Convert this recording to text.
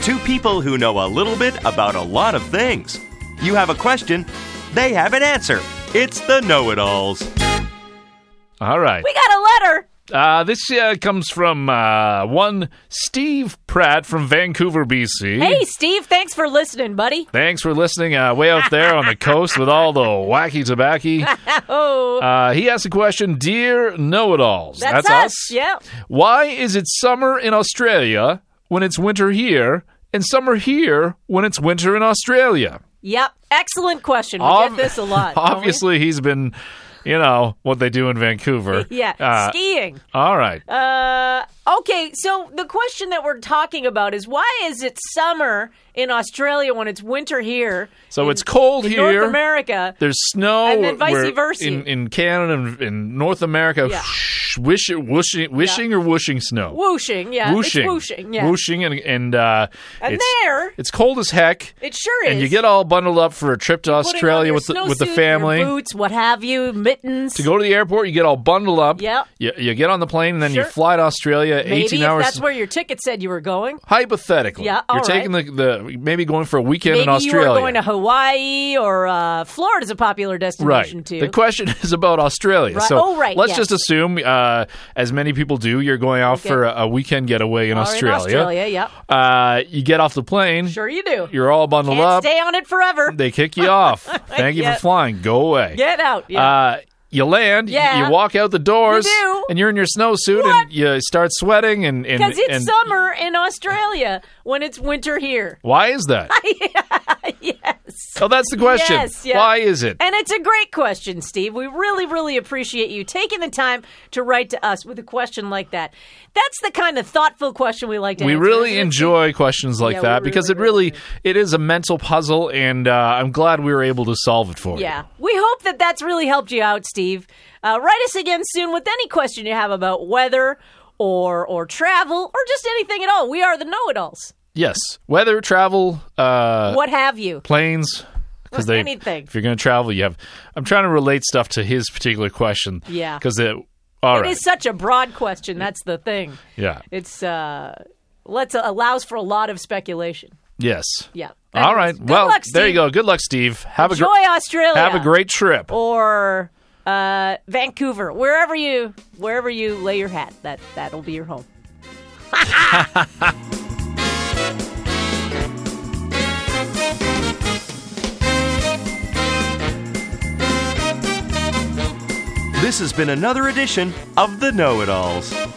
Two people who know a little bit about a lot of things. You have a question, they have an answer. It's the know it alls. All right. We got a letter. Uh, this uh, comes from uh, one Steve Pratt from Vancouver, BC. Hey, Steve, thanks for listening, buddy. Thanks for listening uh, way out there on the coast with all the wacky tobacco. Oh, Uh, he asked a question Dear know it alls, that's, us. Yeah. Why is it summer in Australia when it's winter here and summer here when it's winter in Australia? Yep. Excellent question. We Ob- get this a lot. don't we? Obviously, he's been, you know, what they do in Vancouver. Yeah. Uh, skiing. all right. Uh, okay, so the question that we're talking about is why is it summer in Australia when it's winter here? So in- it's cold in here. North America. There's snow. And then vice where- versa. In, in Canada and in North America, Yeah. wish, wishing, wishing or whooshing snow? Whooshing, yeah. whooshing. It's whooshing, yeah. Whooshing and, and, uh, And it's, there, it's cold as heck. it sure is. And you get all bundled up for a trip to Putting on Australia your with the, with the snowsuit, family. Your boots, what have you, mittens. to go to the airport, you get all bundled up. Yep. You, you get on the plane, and then you Sure. fly to Australia. Maybe Eighteen if hours. that's where your ticket said you were going. hypothetically, Yeah, all you're taking the, the maybe going for a weekend in Maybe you Australia. were going to Hawaii or uh, Florida's a popular Right. destination too. The question is about Australia. Right. So Oh, right, let's yes. just assume, uh, as many people do, you're going out Okay. for a, a weekend getaway in Or Australia. In Australia, yep. Uh, you get off the plane. Sure you do. You're all bundled Can't up. stay on it forever. They kick you off. Thank you Yeah. for flying. Go away. Get out. Yeah. Uh, you land, y- Yeah. you walk out the doors, You do. and you're in your snowsuit, and you start sweating. And, and, Because it's and- summer in Australia when it's winter here. Why is that? yes. Oh, that's the question. Yes, yeah. Why is it? And it's a great question, Steve. We really, really appreciate you taking the time to write to us with a question like that. That's the kind of thoughtful question we like to we answer. really It's- enjoy questions like Yeah, we that because it really, really it is a mental puzzle, and uh, I'm glad we were able to solve it for Yeah. We hope that that's really helped you out, Steve. Uh, write us again soon with any question you have about weather or or travel or just anything at all. We are the know-it-alls. you. Yes, weather, travel, uh, What have you? planes. Because they, Anything. if you're going to travel, you have. I'm trying to relate stuff to his particular question. Yeah. Because it. All right. It is such a broad question. That's the thing. yeah. It's uh, let's allows for a lot of speculation. Yes. Yeah. All right. Good well, luck, there you Steve. go. Good luck, Steve. Have a Enjoy great. Australia. Have a great trip. or uh, Vancouver, wherever you wherever you lay your hat. That that'll be your home. This has been another edition of the know it alls.